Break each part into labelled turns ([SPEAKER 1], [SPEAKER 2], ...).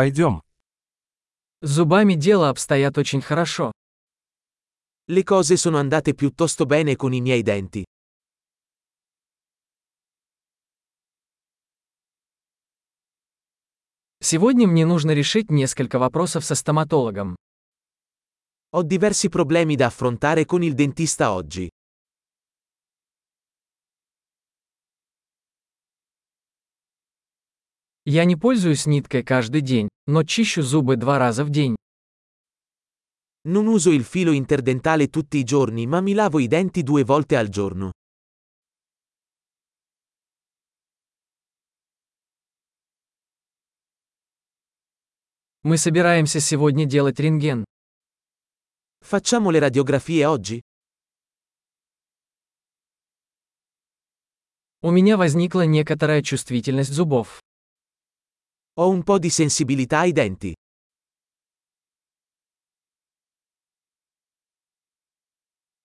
[SPEAKER 1] Пойдем.
[SPEAKER 2] С зубами дело обстоят очень хорошо.
[SPEAKER 3] Le cose sono andate piuttosto bene con i miei denti.
[SPEAKER 2] Сегодня мне нужно решить несколько вопросов со стоматологом.
[SPEAKER 3] Ho diversi problemi da affrontare con il dentista oggi.
[SPEAKER 2] Я не пользуюсь ниткой каждый день, но чищу зубы два раза в день.
[SPEAKER 3] Non uso il filo interdentale tutti i giorni ma mi lavo i denti due volte al giorno.
[SPEAKER 2] Мы собираемся сегодня делать рентген.
[SPEAKER 3] Facciamo le radiografie oggi?
[SPEAKER 2] У меня возникла некоторая чувствительность зубов.
[SPEAKER 3] Ho un po' di sensibilità ai denti.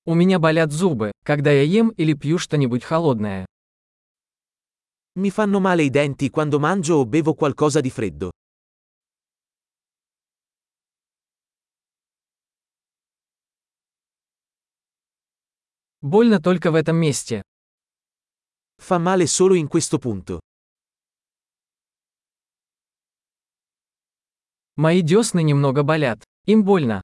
[SPEAKER 2] У меня болят зубы, когда я ем или пью что-нибудь холодное.
[SPEAKER 3] Mi fanno male i denti quando mangio o bevo qualcosa di freddo.
[SPEAKER 2] Больно только в этом месте.
[SPEAKER 3] Fa male solo in questo punto.
[SPEAKER 2] Мои десны немного болят. Им больно.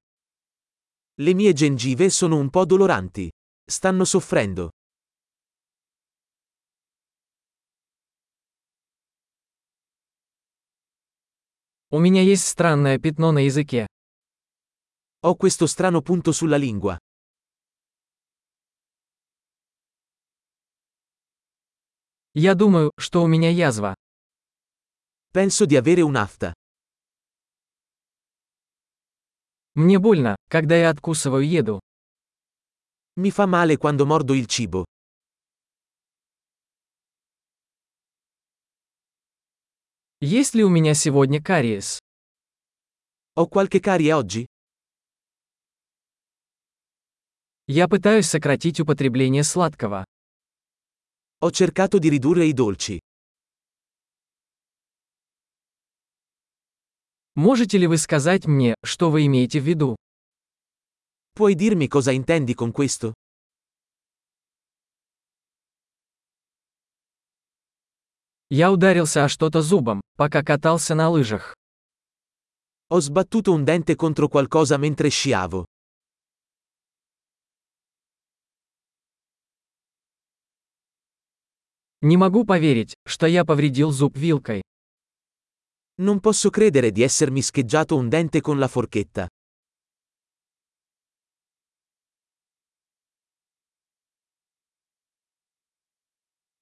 [SPEAKER 3] Le mie gengive sono un po' doloranti. Stanno soffrendo.
[SPEAKER 2] У меня есть странное пятно на языке.
[SPEAKER 3] Ho questo strano punto sulla lingua.
[SPEAKER 2] Я думаю, что у меня язва.
[SPEAKER 3] Penso di avere un'afta.
[SPEAKER 2] Мне больно, когда я откусываю еду.
[SPEAKER 3] Mi fa male quando mordo il cibo.
[SPEAKER 2] Есть ли у меня сегодня кариес?
[SPEAKER 3] Ho qualche carie oggi?
[SPEAKER 2] Я пытаюсь сократить употребление сладкого.
[SPEAKER 3] Ho cercato di ridurre i dolci.
[SPEAKER 2] Можете ли вы сказать мне, что вы имеете в виду?
[SPEAKER 3] Puoi dirmi cosa intendi con questo?
[SPEAKER 2] Я ударился о что-то зубом, пока катался на лыжах.
[SPEAKER 3] Ho sbattuto un dente contro qualcosa mentre sciavo.
[SPEAKER 2] Не могу поверить, что я повредил зуб вилкой.
[SPEAKER 3] Non posso credere di essermi scheggiato un dente con la forchetta.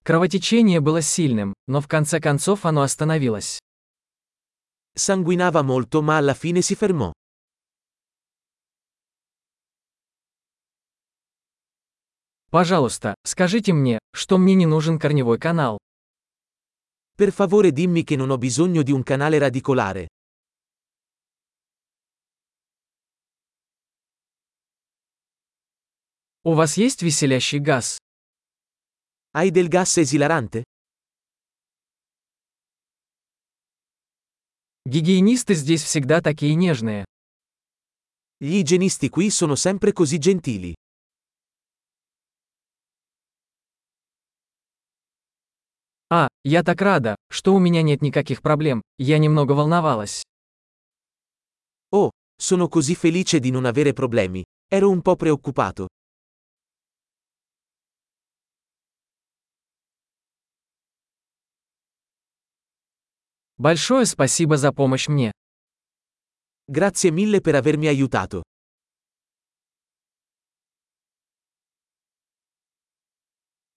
[SPEAKER 2] Кровотечение было сильным, но в конце концов оно остановилось.
[SPEAKER 3] Sanguinava molto ma alla fine si fermò.
[SPEAKER 2] Пожалуйста, скажите мне, что мне не нужен корневой канал.
[SPEAKER 3] Per favore dimmi che non ho bisogno di un canale radicolare.
[SPEAKER 2] У вас есть веселящий газ?
[SPEAKER 3] Hai del gas esilarante?
[SPEAKER 2] Гигиенисты здесь всегда такие нежные.
[SPEAKER 3] Gli igienisti qui sono sempre così gentili.
[SPEAKER 2] А, я так рада, что у меня нет никаких проблем, я немного волновалась.
[SPEAKER 3] Sono così felice di non avere problemi. Ero un po' preoccupato.
[SPEAKER 2] Большое спасибо за помощь мне.
[SPEAKER 3] Grazie mille per avermi aiutato.